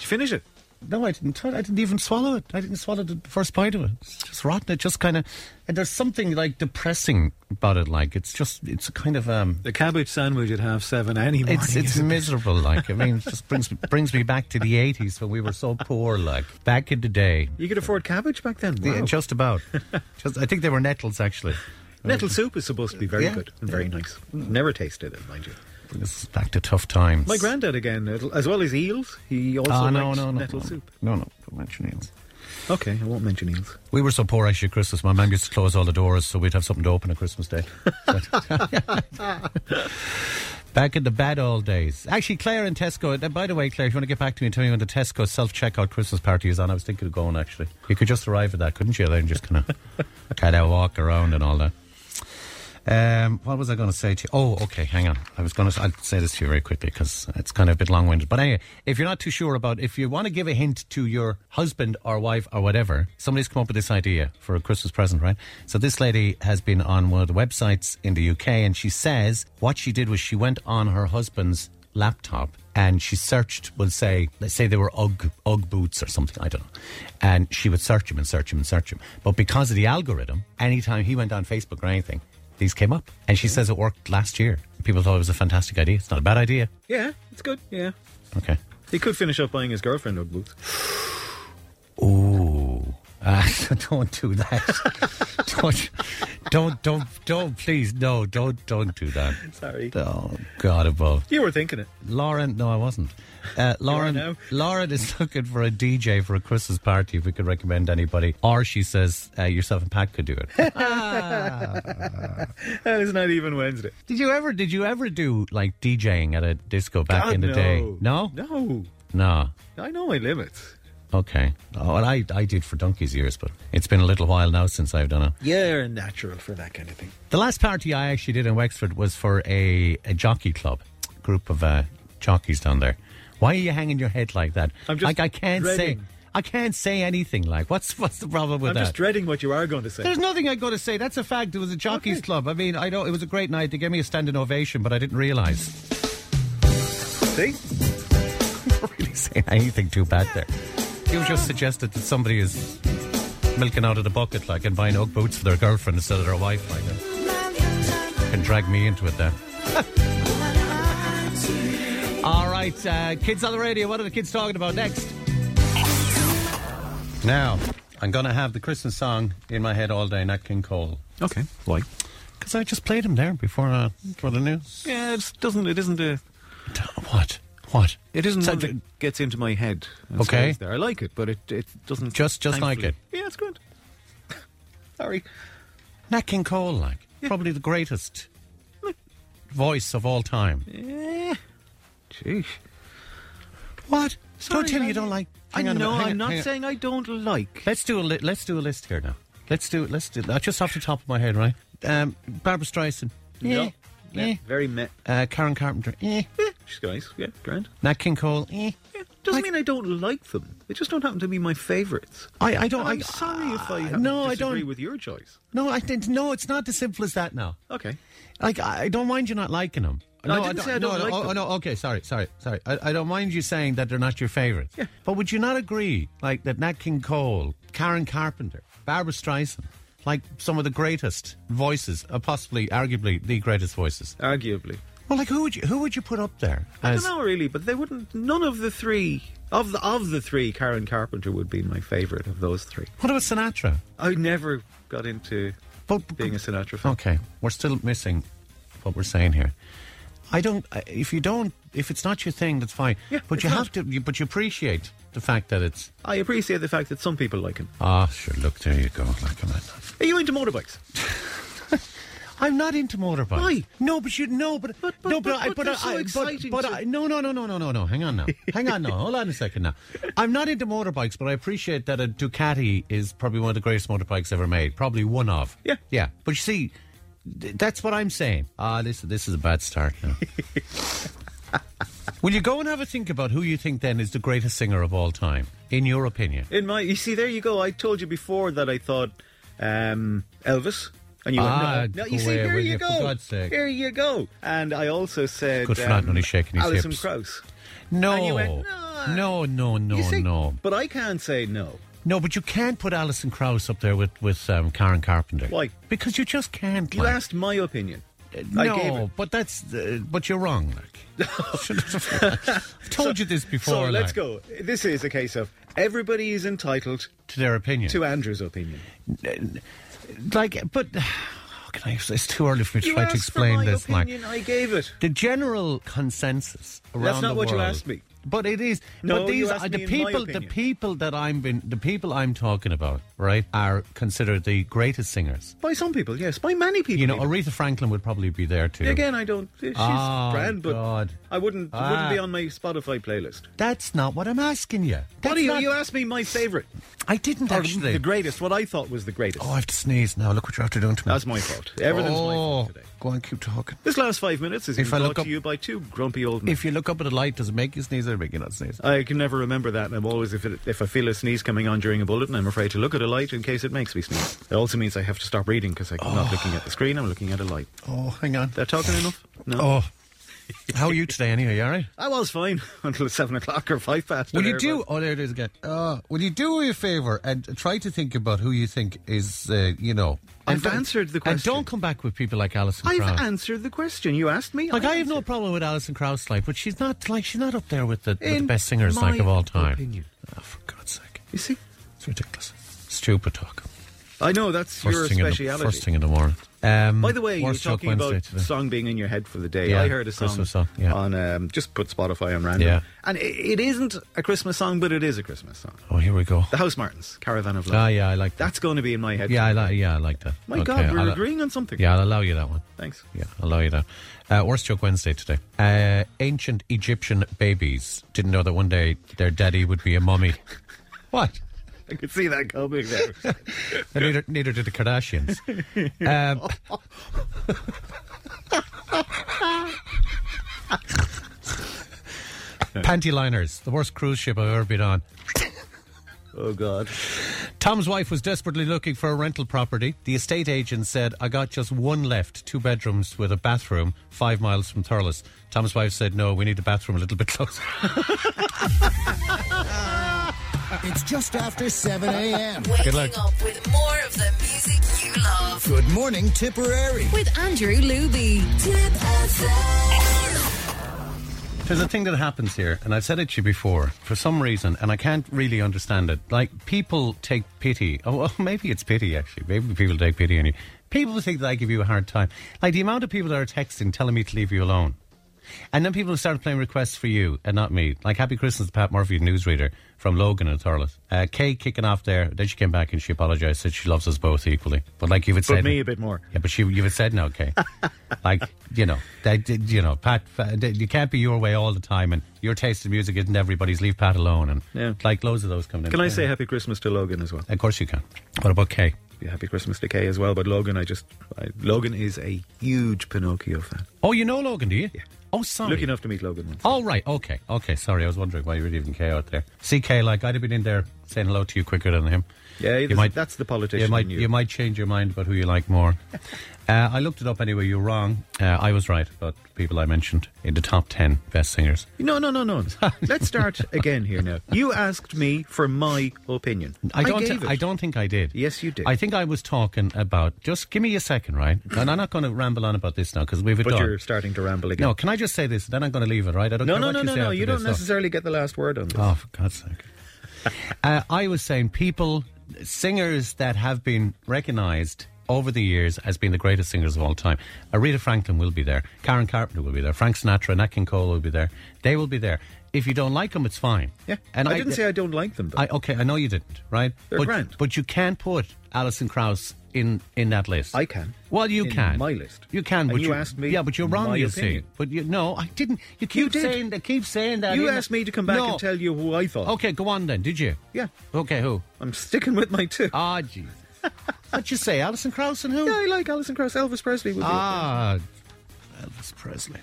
S3: finish it?
S2: No, I didn't. I didn't even swallow it. I didn't swallow the first bite of it. It's just rotten. It just kind of. And there's something like depressing about it. Like it's just. It's a kind of. um
S3: The cabbage sandwich at half seven any morning.
S2: it's it's
S3: is-
S2: miserable. Like I mean, it just brings brings me back to the '80s when we were so poor. Like back in the day,
S3: you could afford cabbage back then.
S2: Yeah,
S3: Wow.
S2: just about. Just I think they were nettles actually.
S3: Nettle soup is supposed to be very
S2: Yeah.
S3: good and very nice. Never tasted it, mind you.
S2: Bring us back to tough times.
S3: My granddad again, it'll- as well as eels, he also
S2: Ah, no,
S3: likes
S2: no, no,
S3: nettle
S2: no,
S3: soup.
S2: No, no, don't mention eels.
S3: Okay, I won't mention eels.
S2: We were so poor actually at Christmas. My mum used to close all the doors so we'd have something to open at Christmas Day. back in the bad old days. Actually, Claire and Tesco. uh, By the way, Claire, if you want to get back to me and tell me when the Tesco self checkout Christmas party is on, I was thinking of going actually. You could just arrive at that, couldn't you? Then just kind of kind of walk around and all that. Um, what was I going to say to you? Oh, okay, hang on. I was going to. I'll say this to you very quickly because it's kind of a bit long-winded. But anyway, if you're not too sure about, if you want to give a hint to your husband or wife or whatever, somebody's come up with this idea for a Christmas present, right? So this lady has been on one of the websites in the UK, and she says what she did was she went on her husband's laptop and she searched we'll say let's say they were ugg ugg boots or something i don't know and she would search him and search him and search him but because of the algorithm anytime he went on facebook or anything these came up and she says it worked last year people thought it was a fantastic idea it's not a bad idea
S3: Yeah, it's good. Yeah.
S2: okay
S3: He could finish up buying his girlfriend Ugg boots.
S2: Ooh. Ah, don't do that. don't, don't, don't, don't, please, no, don't, don't do that.
S3: Sorry.
S2: Oh, God above.
S3: You were thinking it.
S2: Lauren, no, I wasn't. Uh,
S3: now.
S2: Lauren, Lauren is looking for a DJ for a Christmas party. If we could recommend anybody, or she says uh, yourself and Pat could do it.
S3: And it's not even Wednesday.
S2: did you ever? Did you ever do like DJing at a disco back
S3: God,
S2: in the
S3: no.
S2: day? No,
S3: Ah, No.
S2: no.
S3: I know my limits.
S2: Okay. Oh, well, I I did for donkey's years, but it's been a little while now since I've done it.
S3: You're natural for that kind of thing.
S2: The last party I actually did in Wexford was for a, a jockey club, group of uh, jockeys down there. Why are you hanging your head like that?
S3: I'm just
S2: like I can't say
S3: dreading.
S2: I can't say anything. Like what's what's the problem with
S3: I'm
S2: that?
S3: just dreading what you are going to say.
S2: There's nothing I got to say. That's a fact. It was a jockeys club. I mean, I know it was a great night. They gave me a standing ovation, but I didn't realise
S3: See?
S2: really saying anything too bad there. You just suggested that somebody is milking out of the bucket, like and buying oak boots for their girlfriend instead of their wife, like that. Can drag me into it there. All right, uh, kids on the radio. What are the kids talking about next? Now, I'm gonna have the Christmas song in my head all day. Nat King Cole.
S3: Okay. Why?
S2: Because I just played him there before uh, for the news.
S3: Yeah, it doesn't. It isn't a.
S2: What? What?
S3: It isn't
S2: So
S3: one
S2: th-
S3: that gets into my head. and
S2: Okay.
S3: stays There. I like it, but it, it doesn't.
S2: Just- just like
S3: thankfully-
S2: it.
S3: Yeah, it's good. Sorry.
S2: Nat King Cole, like probably the greatest voice of all time.
S3: Eh. Jeez.
S2: What?
S3: Sorry,
S2: don't tell me you
S3: I-
S2: don't like.
S3: I
S2: hang on a
S3: know.
S2: minute, hang
S3: I'm
S2: on,
S3: not
S2: hang on. Eh,
S3: saying I don't like.
S2: Let's do a li- let's do a list here now. Let's do let's do uh, just off the top of my head, right? Um, Barbara Streisand.
S3: No.
S2: Eh.
S3: Yeah, very met.
S2: Uh, Karen Carpenter. Eh.
S3: She's nice. Yeah, grand.
S2: Nat King Cole. Eh.
S3: Yeah, doesn't
S2: I-
S3: mean I don't like them. They just don't happen to be my favourites.
S2: I, I don't.
S3: And I'm
S2: I-
S3: sorry if I
S2: uh,
S3: happen
S2: no.
S3: to
S2: I
S3: disagree
S2: don't.
S3: with your choice.
S2: No. I didn't. No. It's not as simple as that. Now.
S3: Okay.
S2: Like I I don't mind you not liking them.
S3: No, I didn't say I don't
S2: no,
S3: like
S2: oh,
S3: them.
S2: no, okay, sorry, sorry, sorry. I, I don't mind you saying that they're not your favourites.
S3: Yeah.
S2: But would you not agree, like, that Nat King Cole, Karen Carpenter, Barbara Streisand, like, some of the greatest voices, uh, possibly, arguably, the greatest voices?
S3: Arguably.
S2: Well, like, who would you, who would you put up there?
S3: I don't know really, but they wouldn't. None of the three of the of the three, Karen Carpenter would be my favourite of those three.
S2: What about Sinatra?
S3: I never got into
S2: But,
S3: being a Sinatra fan.
S2: okay, we're still missing what we're saying here. I don't. I- If you don't, if it's not your thing, that's fine.
S3: Yeah,
S2: but
S3: it's
S2: you
S3: not.
S2: have to. You, but you appreciate the fact that it's
S3: I appreciate the fact that some people like him.
S2: Ah, sure. Look, there you go. Look at that.
S3: Are you into motorbikes?
S2: I'm not into motorbikes.
S3: Why?
S2: No, but you no, but
S3: But- but-
S2: no,
S3: but- but they're
S2: I-
S3: so
S2: I-
S3: exciting
S2: But,
S3: to-
S2: I, no, no, no, no, no, no, no. Hang on now. Hang on now. Hold on a second now. I'm not into motorbikes, but I appreciate that a Ducati is probably one of the greatest motorbikes ever made. Probably one of.
S3: Yeah.
S2: Yeah. But you see, th- that's what I'm saying. Ah, this this is a bad start now. Will you go and have a think about who you think then is the greatest singer of all time, in your opinion?
S3: In my, you see, there you go. I told you before that I thought um, Elvis, and you
S2: Ah,
S3: went, no, no,
S2: go
S3: you see,
S2: away,
S3: here
S2: will
S3: you
S2: you, for
S3: go,
S2: God's sake.
S3: here you go. And I also said, um,
S2: Good for not only shaking his
S3: Alison
S2: hips.
S3: Krauss. And
S2: No.
S3: you went, "No."
S2: no, no, no,
S3: you see,
S2: no.
S3: but I can't say no.
S2: No, but you can't put Alison Krauss up there with with um, Karen Carpenter.
S3: Why?
S2: Because you just can't.
S3: You
S2: like.
S3: asked my opinion.
S2: Uh, No,
S3: I gave it.
S2: but that's uh, but you're wrong. Like, I've told you this before.
S3: So let's
S2: like,
S3: go. This is a case of everybody is entitled
S2: to their opinion.
S3: to Andrew's opinion.
S2: like, but How can I? It's too early for me to
S3: You
S2: try
S3: asked
S2: to explain
S3: for my
S2: this, Mike.
S3: opinion, I gave it.
S2: The general consensus around
S3: That's not
S2: the
S3: what you
S2: world-
S3: asked me.
S2: But it is.
S3: No,
S2: but
S3: you
S2: these
S3: asked
S2: are the
S3: me in my
S2: people. The
S3: opinion.
S2: people that I'm been. The people I'm talking about, right, are considered the greatest singers.
S3: By some people, yes. By many people.
S2: You know,
S3: even.
S2: Aretha Franklin would probably be there too.
S3: Again, I don't. She's
S2: Oh,
S3: grand, but
S2: God.
S3: I wouldn't
S2: Ah.
S3: wouldn't be on my Spotify playlist.
S2: That's not what I'm asking you. Oh, That's
S3: What do you,
S2: not-
S3: you asked me my favorite,
S2: I didn't
S3: or
S2: actually.
S3: the greatest. What I thought was the greatest.
S2: oh, I have to sneeze now. Look what you're after doing to me.
S3: That's my fault. Everything's my
S2: oh,
S3: fault today.
S2: Go on, keep talking.
S3: This last five minutes is
S2: If I
S3: brought
S2: look up-
S3: to you by two grumpy old men.
S2: If you look up at a light, does it make you sneeze or make you not sneeze?
S3: I can never remember that, and I'm always if it, if I feel a sneeze coming on during a bulletin, I'm afraid to look at a light in case it makes me sneeze. It also means I have to stop reading because I'm not looking at the screen. I'm looking at a light.
S2: Oh, hang on.
S3: They're talking enough. No,
S2: Oh. How are you today, anyway? You all right?
S3: I was fine until seven o'clock or five past.
S2: Will
S3: or
S2: you do?
S3: thereabouts.
S2: Oh, there it is again. Uh, will you do me a favor and try to think about who you think is, uh, you know? and
S3: I've
S2: don't-
S3: answered the
S2: And
S3: question.
S2: don't come back with people like Alison
S3: I've
S2: Krauss.
S3: answered the question you asked me.
S2: like I have
S3: answered.
S2: no problem with Alison Krauss, like, but she's not like she's not up there with the, with the
S3: In
S2: best singers like
S3: my
S2: of all time.
S3: opinion.
S2: Oh, for God's sake,
S3: You see,
S2: it's ridiculous. Stupid talk.
S3: I know that's
S2: First
S3: your
S2: thing
S3: speciality.
S2: In the, first thing in the morning. Um,
S3: By the way, you're
S2: worst joke
S3: talking about
S2: Wednesday today.
S3: song being in your head for the day.
S2: Yeah,
S3: I heard a song,
S2: Christmas song, yeah.
S3: on um, just put Spotify on random,
S2: Yeah.
S3: and it, it isn't a Christmas song, but it is a Christmas song.
S2: Oh, here we go.
S3: The House Martins, Caravan of Love.
S2: Ah, yeah, I like that.
S3: That's going to be in my head.
S2: Yeah, I like. Yeah, I like that.
S3: My
S2: Okay,
S3: God, we're
S2: I'll- uh,
S3: agreeing on something.
S2: Yeah, I'll allow you that one.
S3: Thanks.
S2: Yeah, I'll allow you that. Uh, worst joke Wednesday today. Uh, ancient Egyptian babies didn't know that one day their daddy would be a mummy. what?
S3: I could see that coming there.
S2: And neither, neither did the Kardashians. Um, panty liners, the worst cruise ship I've ever been on.
S3: oh God.
S2: Tom's wife was desperately looking for a rental property. The estate agent said, I got just one left, two bedrooms with a bathroom, five miles from Thurles. Tom's wife said, No, we need a bathroom a little bit closer.
S4: It's just after 7 a.m.
S1: Waking
S2: luck.
S1: up with more of the music you love.
S4: Good morning, Tipperary.
S7: With Andrew Luby.
S1: Tip FM.
S2: There's a thing that happens here, and I've said it to you before for some reason, and I can't really understand it. Like, people take pity. Oh, well, maybe it's pity, actually. Maybe people take pity on you. People think that I give you a hard time. Like, the amount of people that are texting telling me to leave you alone. And then people started playing requests for you and not me. Like, Happy Christmas to Pat Murphy, newsreader from Logan and Thurles. Uh, Kay kicking off there. Then she came back and she apologised, said she loves us both equally. But, like, you've
S3: But
S2: said.
S3: me a bit more.
S2: Yeah, but she, you've said no, okay. like, you know, that, that, you know, Pat, Pat, that- you can't be your way all the time, and your taste in music isn't everybody's. Leave Pat alone, and
S3: Yeah.
S2: like loads of those coming in.
S3: Can I say Happy Christmas to Logan as well?
S2: Of course you can. What about Kay?
S3: Yeah, Happy Christmas to Kay as well. But Logan, I just I, Logan is a huge Pinocchio fan.
S2: Oh, you know Logan, do you? Yeah. Oh, sorry.
S3: Lucky enough to meet Logan once.
S2: Oh, right. Okay. Okay. Sorry. I was wondering why you were leaving Kay out there. See, Kay, like, I'd have been in there saying hello to you quicker than him.
S3: Yeah,
S2: You
S3: this-
S2: might-
S3: that's the politician.
S2: You might,
S3: in
S2: you. might change your mind about who you like more. uh, I looked it up anyway. You're wrong. Uh, I was right about the people I mentioned in the top 10 best singers.
S3: No, no, no, no. Let's start again here now. You asked me for my opinion.
S2: I don't.
S3: gave it.
S2: I don't think I did.
S3: Yes, you did.
S2: I think I was talking about. Just give me a second, right? And I'm not going to ramble on about this now because we've
S3: But
S2: done.
S3: you're starting to ramble again.
S2: No, can I just say this? Then I'm going to leave it, right? I don't
S3: no,
S2: care
S3: no,
S2: what
S3: no,
S2: you
S3: no.
S2: say
S3: no,
S2: after
S3: You don't
S2: this, no.
S3: necessarily get the last word on this.
S2: Oh, for God's sake! uh, I was saying people, singers that have been recognised over the years as being the greatest singers of all time. Aretha Franklin will be there. Karen Carpenter will be there. Frank Sinatra, Nat King Cole will be there. They will be there. If you don't like them, it's fine.
S3: yeah. And I, didn't say I don't like them. Though.
S2: I okay, I know you didn't, right?
S3: They're
S2: but,
S3: grand.
S2: but you can put Alison Krauss in in that list.
S3: I can.
S2: Well, you
S3: In
S2: can.
S3: my list.
S2: You can.
S3: And
S2: but
S3: you asked me
S2: Yeah, but you're wrong.
S3: my
S2: You
S3: opinion.
S2: see. But you no, I didn't. You keep
S3: did.
S2: saying that. Keep saying that.
S3: you
S2: in-
S3: asked me to come back
S2: No.
S3: and tell you who I thought.
S2: Okay, go on then. Did you?
S3: Yeah.
S2: Okay, who?
S3: I'm sticking with my two.
S2: Ah, Jesus. What'd you say, Alison Krauss and who?
S3: yeah, I like Alison Krauss. Elvis Presley would be.
S2: Ah, Elvis Presley.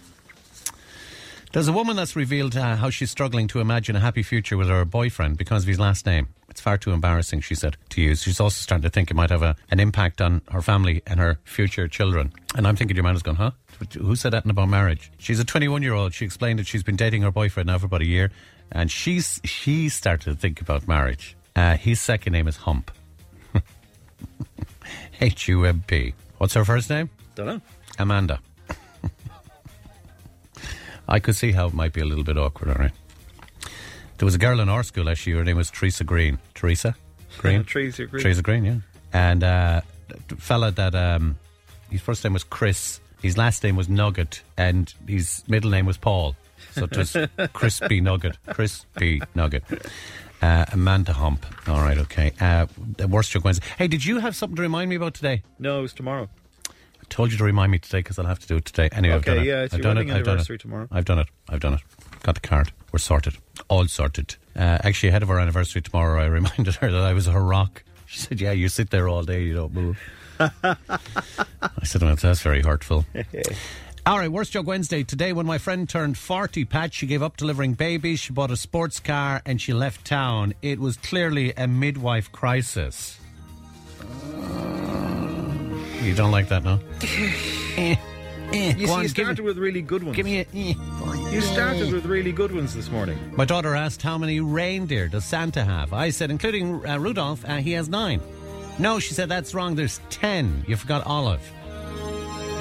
S2: There's a woman that's revealed uh, how she's struggling to imagine a happy future with her boyfriend because of his last name. It's far too embarrassing, she said, to use. She's also starting to think it might have a, an impact on her family and her future children. And I'm thinking your man has gone, huh? Who said that about marriage? She's a 21 year old. She explained that she's been dating her boyfriend now for about a year, and she's she started to think about marriage. Uh, his second name is Hump. H U M P. What's her first name?
S3: Don't know.
S2: Amanda. I could see how it might be a little bit awkward, all right? There was a girl in our school last year, her name was Teresa Green. Teresa? Green?
S3: Trees are green.
S2: Teresa Green, yeah. And uh, the fella that um, His first name was Chris. His last name was Nugget, and his middle name was Paul. So it was Crispy Nugget. Crispy Nugget. Uh, Amanda Hump. All right, okay. Uh, the worst joke Wednesday. Hey, did you have something to remind me about today?
S3: No, it's tomorrow.
S2: I told you to remind me today because I'll have to do it today. Anyway, I've
S3: Okay,
S2: done it.
S3: yeah, it's
S2: I've
S3: your
S2: done
S3: wedding
S2: it. I've done
S3: anniversary
S2: it.
S3: tomorrow.
S2: I've done it. I've done it. Got the card. We're sorted. All sorted. Uh, actually, ahead of our anniversary tomorrow, I reminded her that I was a rock. She said, "Yeah, you sit there all day, you don't move." I said, "Well, that's very hurtful." All right, worst joke Wednesday today. When my friend turned forty, Pat, she gave up delivering babies. She bought a sports car and she left town. It was clearly a midwife crisis. You don't like that, no? Eh, eh,
S3: You,
S2: go
S3: see,
S2: on,
S3: you
S2: give
S3: started
S2: me-
S3: with really good ones.
S2: Give me a. eh, go on.
S3: you started with really good ones this morning.
S2: My daughter asked, How many reindeer does Santa have? I said, Including uh, Rudolph, uh, he has nine. No, she said, That's wrong. There's ten. You forgot Olive.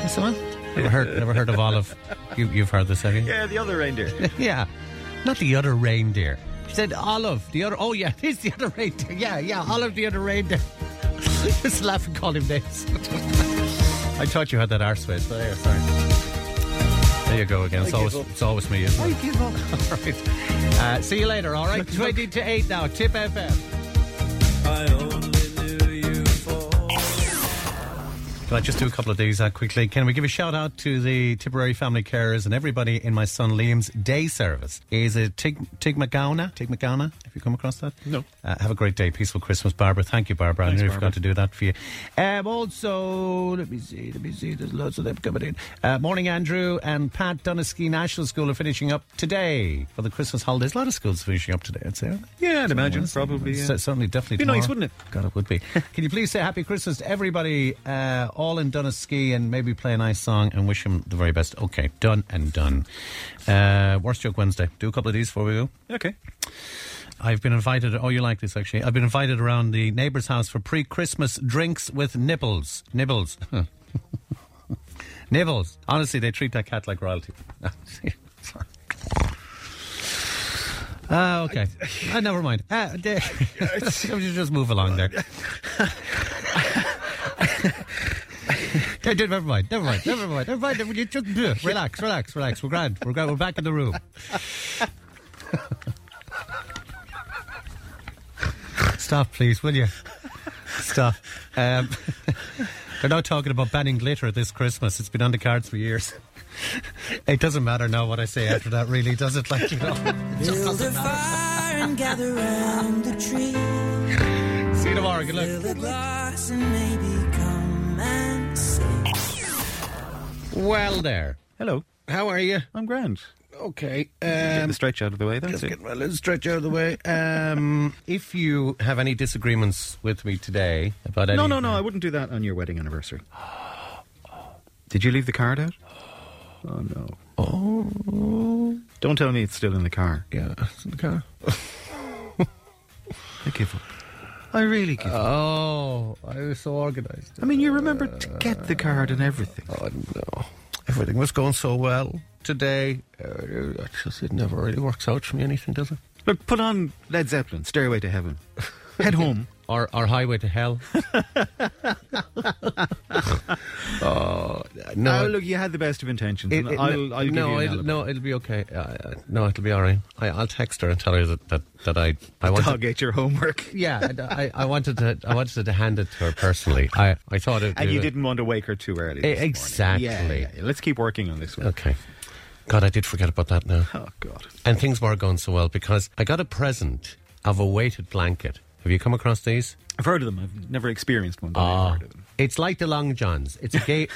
S2: I said, What? Never heard, never heard of Olive. You, you've heard this, have you?
S3: Yeah, the other reindeer.
S2: Yeah. Not the other reindeer. She said, Olive, the other. Oh, yeah, he's the other reindeer. Yeah, yeah, Olive, the other reindeer. Just laugh and call him names. I thought you had that arseface, but there, sorry. There you go again. It's always, it's always me, isn't it? I give up. all right. Uh, see you later, all right? 20 to 8 now. Tip FM. Can I just do a couple of these out quickly? Can we give a shout out to the Tipperary family carers and everybody in my son Liam's day service? Is it Tig, Tig McGowna? Tig McGowna? Have you come across that?
S3: No.
S2: Uh, have a great day. Peaceful Christmas, Barbara. Thank you, Barbara. I
S3: Thanks,
S2: nearly
S3: Barbara.
S2: forgot to do that for you. Um, also, let me see, let me see. There's loads of them coming in. Uh, morning, Andrew and Pat. Dunnasky National School are finishing up today for the Christmas holidays. A lot of schools finishing up today, I'd say.
S3: Yeah, I'd imagine. Probably.
S2: It's
S3: Yeah.
S2: Certainly, definitely.
S3: uh, Be nice,
S2: tomorrow.
S3: wouldn't it?
S2: God, it would be. Can you please say Happy Christmas to everybody, uh, all in Dunaski, and maybe play a nice song and wish them the very best? Okay, done and done. Uh, worst joke Wednesday. Do a couple of these before we go.
S3: Okay.
S2: I've been invited. Oh, you like this actually? I've been invited around the neighbour's house for pre-Christmas drinks with nibbles. Nibbles. nibbles. Honestly, they treat that cat like royalty. Ah, okay. Ah, never mind. Uh, there. just move along there. Yeah, yeah, never mind. Never mind. Never mind. Never mind. You just bleh, relax, relax, relax. We're grand. We're grand. We're back in the room. Stop, please, will you? Stop. Um, they're now talking about banning glitter this Christmas. It's been on the cards for years. It doesn't matter now what I say after that, really, does it? Like you know.
S8: Build a fire and gather round the tree.
S2: See you tomorrow. Good
S8: Fill
S2: luck.
S8: a glass and maybe come and see.
S2: Well, there.
S3: Hello.
S2: How are you?
S3: I'm grand.
S2: Okay.
S3: Get
S2: Um,
S3: the stretch out of the way. That's
S2: Let's
S3: it.
S2: get my little stretch out of the way. Um, if you have any disagreements with me today about any,
S3: No, no, no. I wouldn't do that on your wedding anniversary. Did you leave the card out? Oh no. Oh.
S2: Oh.
S3: Don't tell me it's still in the car.
S2: yeah, it's in the car.
S3: I give up. I really give up.
S2: Oh, I was so organised.
S3: I mean, you remembered to get the card and everything.
S2: I don't know. Everything was going so well today. Uh, I just, it never really works out for me, anything, does it?
S3: Look, put on Led Zeppelin, Stairway to Heaven. Head home.
S2: Or, or Highway to Hell. Uh, oh, no.
S3: oh, look, you had the best of intentions.
S2: it-
S3: and
S2: it-
S3: I'll, I'll give
S2: no,
S3: you an
S2: it'll,
S3: alibi.
S2: no, it'll be okay. Uh, Uh, no, it'll be all right. I, I'll text her and tell her that, that, that I, I want
S3: Dog ate your homework.
S2: yeah, and I, I wanted to. I wanted to hand it to her personally. I, I thought it.
S3: And you didn't want to wake her too early.
S2: E-
S3: this morning.
S2: exactly.
S3: Yeah, yeah, yeah. Let's keep working on this one.
S2: Okay. God, I did forget about that now.
S3: Oh, God.
S2: And things were going so well because I got a present of a weighted blanket. Have you come across these?
S3: I've heard of them. I've never experienced one, but
S2: Ah.
S3: I've heard of them.
S2: It's like the Long Johns. It's a game.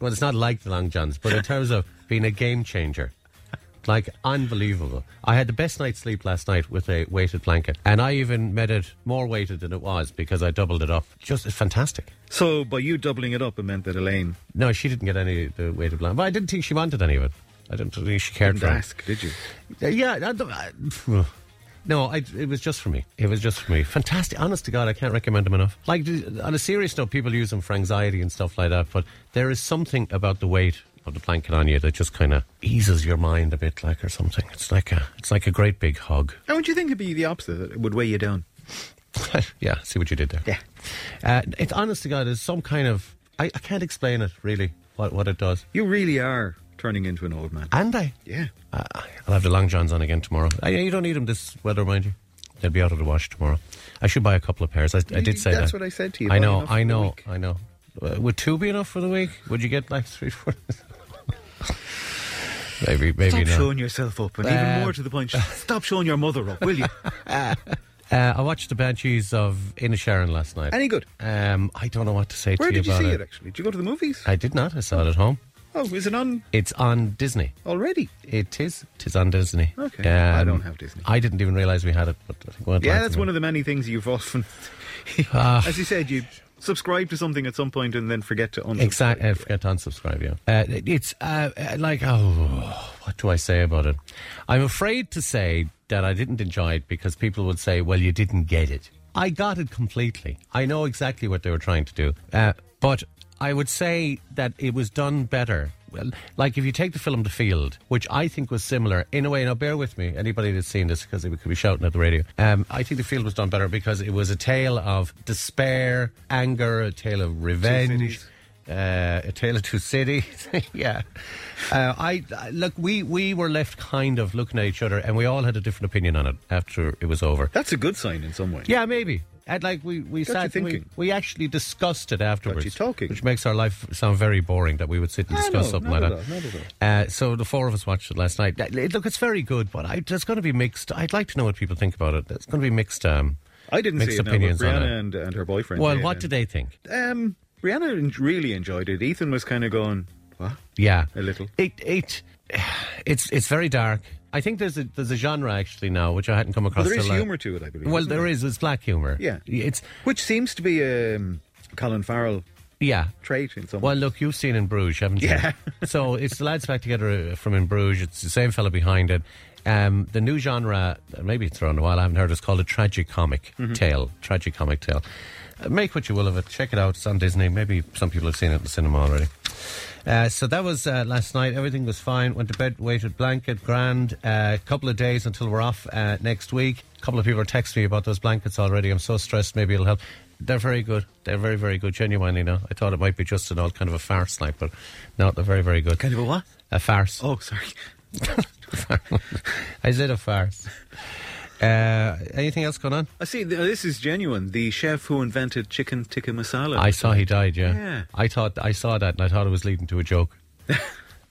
S2: well, it's not like the Long Johns, but in terms of being a game changer, like unbelievable. I had the best night's sleep last night with a weighted blanket, and I even made it more weighted than it was because I doubled it up. Just it's fantastic.
S3: So, by you doubling it up, it meant that Elaine
S2: No, she didn't get any of the weighted blanket, but I didn't think she wanted any of it. I don't think she cared
S3: didn't
S2: for it.
S3: ask, did you?
S2: Uh, Yeah, I don't- I- no, I, it was just for me. It was just for me. Fantastic. Honest to God, I can't recommend them enough. Like, d- on a serious note, people use them for anxiety and stuff like that, but there is something about the weight of the blanket on you that just kind of eases your mind a bit, like, or something. It's like a, it's like a great big hug.
S3: Now, would you think it'd be the opposite? That it would weigh you down.
S2: yeah, see what you did there. Yeah. Uh, it's honest to God, there's some kind of I, I can't explain it really what, what it does.
S3: You really are turning into an old man.
S2: And I,
S3: Yeah.
S2: I, Ah, I'll have the long johns on again tomorrow. I, you don't need them this weather, mind you. They'll be out of the wash tomorrow. I should buy a couple of pairs. I, I did say
S3: That's
S2: that.
S3: what I said to you.
S2: I
S3: Buy
S2: know, I
S3: enough for the
S2: know,
S3: week.
S2: I know. Uh, would two be enough for the week? Would you get like three, four? maybe, maybe
S3: Stop
S2: not.
S3: showing yourself up, and even
S2: Um,
S3: more to the point, stop showing your mother up, will you?
S2: Uh, I watched the Banshees of Inisharan last night.
S3: Any good?
S2: Um, I don't know what to say
S3: Where
S2: to you
S3: did you
S2: about
S3: see it, actually? Did you go to the movies?
S2: I did not. I saw it at home.
S3: Oh, is it on
S2: It's on Disney.
S3: already?
S2: It is. It is on Disney. Um,
S3: Okay. I don't have Disney.
S2: I didn't even realize we had it, but I think one.
S3: Yeah, that's one of the many things you've often.
S2: Ah.
S3: As you said, you subscribe to something at some point and then forget to unsubscribe.
S2: Exactly. I forgot to unsubscribe. Yeah, uh, it's uh, uh, like oh, what do I say about it? I'm afraid to say that I didn't enjoy it because people would say, "Well, you didn't get it." I got it completely. I know exactly what they were trying to do, uh, but I would say that it was done better. Well, like if you take the film The Field, which I think was similar in a way. Now, bear with me, anybody that's seen this, because they could be shouting at the radio. Um, I think The Field was done better because it was a tale of despair, anger, a tale of revenge
S3: cities.
S2: uh, A Tale of Two Cities. yeah, uh, I I- look. We we were left kind of looking at each other, and we all had a different opinion on it after it was over.
S3: That's a good sign in some way.
S2: Yeah, maybe. And like we we
S3: Got
S2: sat
S3: you
S2: we,
S3: thinking.
S2: we actually discussed it afterwards.
S3: you talking.
S2: which makes our life sound very boring that we would sit and
S3: Ah,
S2: discuss
S3: no,
S2: something
S3: not
S2: like
S3: at
S2: that.
S3: all, not at all.
S2: Uh, so the four of us watched it last night. Uh, Look, it's very good, but I, there's going to be mixed. I'd like to know what people think about it. It's going to be mixed. Um,
S3: I didn't
S2: mixed
S3: see it now, but
S2: opinions on
S3: Brianna
S2: it.
S3: and, and her boyfriend.
S2: Well,
S3: did,
S2: what
S3: and-
S2: did they think?
S3: Um, Brianna en- really enjoyed it. Ethan was kind of going, what?
S2: Yeah,
S3: A little.
S2: It it it's it's very dark. I think there's a there's a genre actually now which I hadn't come across.
S3: Well, there is
S2: till, uh,
S3: humour to it, I believe.
S2: Well,
S3: isn't
S2: there is. It's black humor.
S3: Yeah.
S2: it's
S3: Which seems to be a um, Colin Farrell
S2: yeah.
S3: trait in some
S2: Well, look, you've seen In Bruges, haven't you?
S3: Yeah.
S2: so it's the lads back together uh, from In Bruges. It's the same fella behind it. Um, the new genre, uh, maybe it's around a while, I haven't heard, it's called a tragic comic
S3: Mm-hmm.
S2: tale. Tragic comic tale. Uh, make what you will of it. Check it out. It's on Disney. Maybe some people have seen it in the cinema already. Uh, so that was uh, last night. Everything was fine. Went to bed, weighted blanket, grand. A couple of days until we're off uh, next week. A couple of people are texting me about those blankets already. I'm so stressed. Maybe it'll help. They're very good. They're very, very good. Genuinely, now I thought it might be just an old kind of a farce, like, but no, they're very, very good.
S3: Kind of a what?
S2: a farce.
S3: Oh, sorry.
S2: I said a farce. Uh, anything else going on?
S3: I see. th- This is genuine. The chef who invented chicken tikka masala.
S2: I saw he died. Yeah.
S3: Yeah.
S2: I thought I saw that, and I thought it was leading to a joke.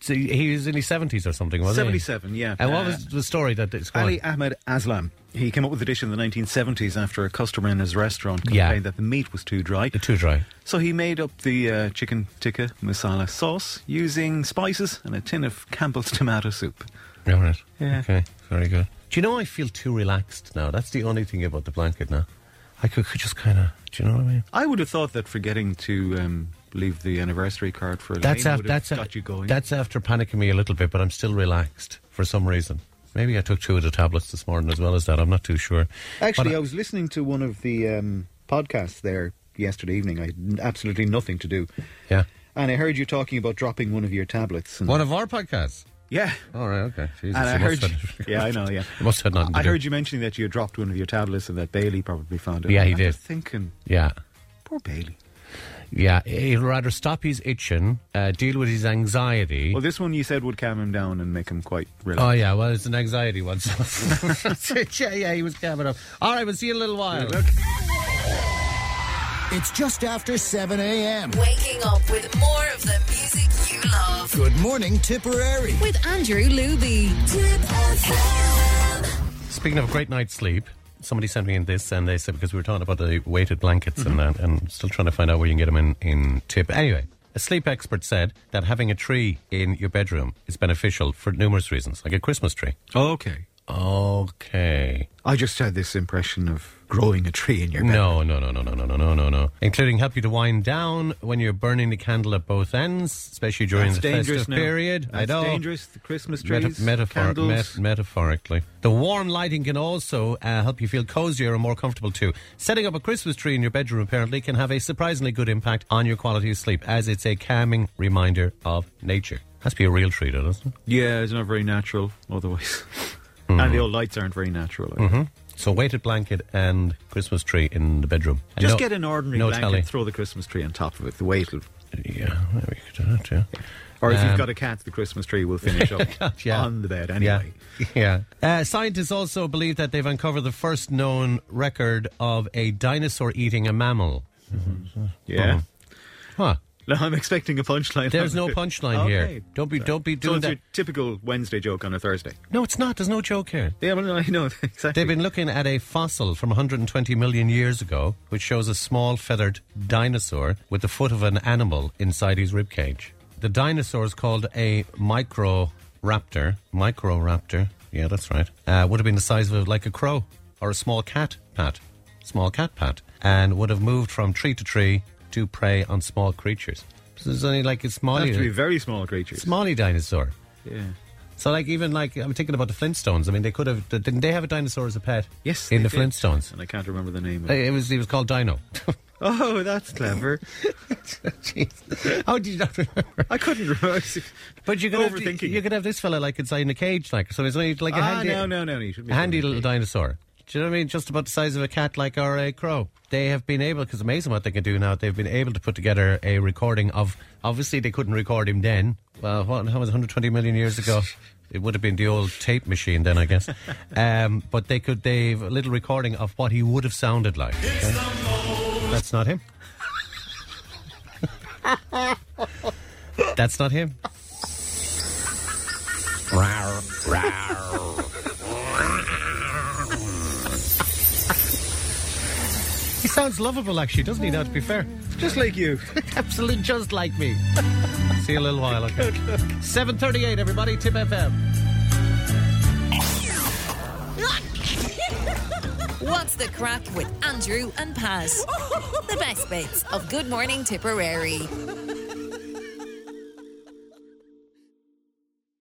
S2: so he was in his seventies or something, wasn't he?
S3: 77, yeah.
S2: And what
S3: Uh,
S2: was the story that it's called?
S3: Ali Ahmed Aslam. He came up with the dish in the 1970s after a customer in his restaurant
S2: Yeah.
S3: complained that the meat was too dry.
S2: Too dry.
S3: So he made up the uh, chicken tikka masala sauce using spices and a tin of Campbell's tomato soup.
S2: All right.
S3: Yeah.
S2: Okay. Very good. Do you know I feel too relaxed now? That's the only thing about the blanket now. I could, could just kind of. Do you know what I mean?
S3: I would have thought that forgetting to um, leave the anniversary card for
S2: That's
S3: Elaine
S2: after.
S3: would have
S2: That's af-
S3: got you going.
S2: That's after panicking me a little bit, but I'm still relaxed for some reason. Maybe I took two of the tablets this morning as well as that. I'm not too sure.
S3: Actually,
S2: But
S3: I, was listening to one of the um, podcasts there yesterday evening. I had n- absolutely nothing to do.
S2: yeah.
S3: And I heard you talking about dropping one of your tablets. And,
S2: One of our podcasts.
S3: Yeah.
S2: All right. Okay. Jesus,
S3: And I
S2: you must
S3: heard.
S2: have-
S3: yeah, I know. Yeah,
S2: You must have nothing to
S3: I
S2: do.
S3: heard you mentioning that you had dropped one of your tablets and that Bailey probably found it.
S2: Yeah, he
S3: And I was
S2: did.
S3: Thinking,
S2: Yeah.
S3: poor Bailey.
S2: Yeah, he'll rather stop his itching, uh, deal with his anxiety.
S3: Well, this one you said would calm him down and make him quite
S2: Oh
S3: relaxed.
S2: yeah, well it's an anxiety one. so- yeah, yeah, he was coming up. All right, we'll see you in a little while.
S3: Oh,
S4: It's just after 7 a.m.
S1: Waking up with more of the music you love.
S4: Good morning, Tipperary.
S9: With Andrew Luby.
S1: Tip FM.
S2: Speaking of a great night's sleep, somebody sent me in this, and they said because we were talking about the weighted blankets and that, and still trying to find out where you can get them in in tip. Anyway, a sleep expert said that having a tree in your bedroom is beneficial for numerous reasons, like a Christmas tree.
S3: Oh, okay.
S2: Okay.
S3: I just had this impression of growing a tree in your bed.
S2: No, no, no, no, no, no, no, no, no, no. Including help you to wind down when you're burning the candle at both ends, especially during
S3: That's
S2: the
S3: dangerous
S2: festive
S3: now.
S2: period. I
S3: That's
S2: know.
S3: dangerous. The Christmas
S2: Meta-
S3: trees,
S2: metaphor-
S3: candles.
S2: met- metaphorically. The warm lighting can also uh, help you feel cozier and more comfortable too. Setting up a Christmas tree in your bedroom apparently can have a surprisingly good impact on your quality of sleep, as it's a calming reminder of nature. Has to be a real tree, though, doesn't it?
S3: yeah, it's not very natural otherwise.
S2: Mm-hmm.
S3: And the old lights aren't very natural. either.
S2: So, weighted blanket and Christmas tree in the bedroom. And
S3: Just
S2: no-
S3: get an ordinary
S2: no
S3: blanket,
S2: telly.
S3: throw the Christmas tree on top of it. The weight will
S2: Yeah, we could do that, yeah.
S3: Or if
S2: Um,
S3: you've got a cat, the Christmas tree will finish up
S2: yeah.
S3: on the bed anyway.
S2: Yeah. Uh, scientists also believe that they've uncovered the first known record of a dinosaur eating a mammal.
S3: Yeah.
S2: Huh.
S3: No, I'm expecting a punchline.
S2: Mm-hmm. There's no punchline here.
S3: Okay.
S2: Don't be don't be
S3: So
S2: doing
S3: it's
S2: that.
S3: your typical Wednesday joke on a Thursday.
S2: No, it's not. There's no joke here.
S3: Yeah, well, I know exactly.
S2: They've been looking at a fossil from 120 million years ago, which shows a small feathered dinosaur with the foot of an animal inside his ribcage. The dinosaur is called a microraptor. Microraptor, yeah, that's right. Uh, would have been the size of like a crow or a small cat pat, small cat pat, and would have moved from tree to tree to prey on small creatures. So it's only like a
S3: They have to be
S2: smallie,
S3: very small creatures.
S2: smallie dinosaur.
S3: Yeah.
S2: So, like, even like I'm thinking about the Flintstones. I mean, they could have didn't they have a dinosaur as a pet?
S3: Yes.
S2: in
S3: they
S2: the
S3: did.
S2: Flintstones.
S3: And I can't remember the name of
S2: Uh,
S3: it.
S2: It was it was called Dino.
S3: Oh, that's clever.
S2: Jeez. How did you not remember?
S3: I couldn't remember.
S2: But you could have,
S3: Overthinking
S2: you
S3: it.
S2: could have this fella like inside in a cage, like so. It's only like a
S3: ah,
S2: handy,
S3: no, no, no. You should be
S2: handy little
S3: kidding.
S2: dinosaur. Do you know what I mean? Just about the size of a cat, like or a crow. They have been able, because amazing what they can do now. They've been able to put together a recording of. Obviously, they couldn't record him then. Well, what how was it, 120 million years ago? It would have been the old tape machine then, I guess. um, but they could. They've a little recording of what he would have sounded like. That's not him. That's not him. He sounds lovable, actually, doesn't he? Now, to be fair,
S3: Just like you.
S2: absolutely just like me. See you in a little while. Okay. Seven thirty-eight, everybody. Tip FM.
S6: What's the crack with Andrew and Pat? The best bits of Good Morning Tipperary.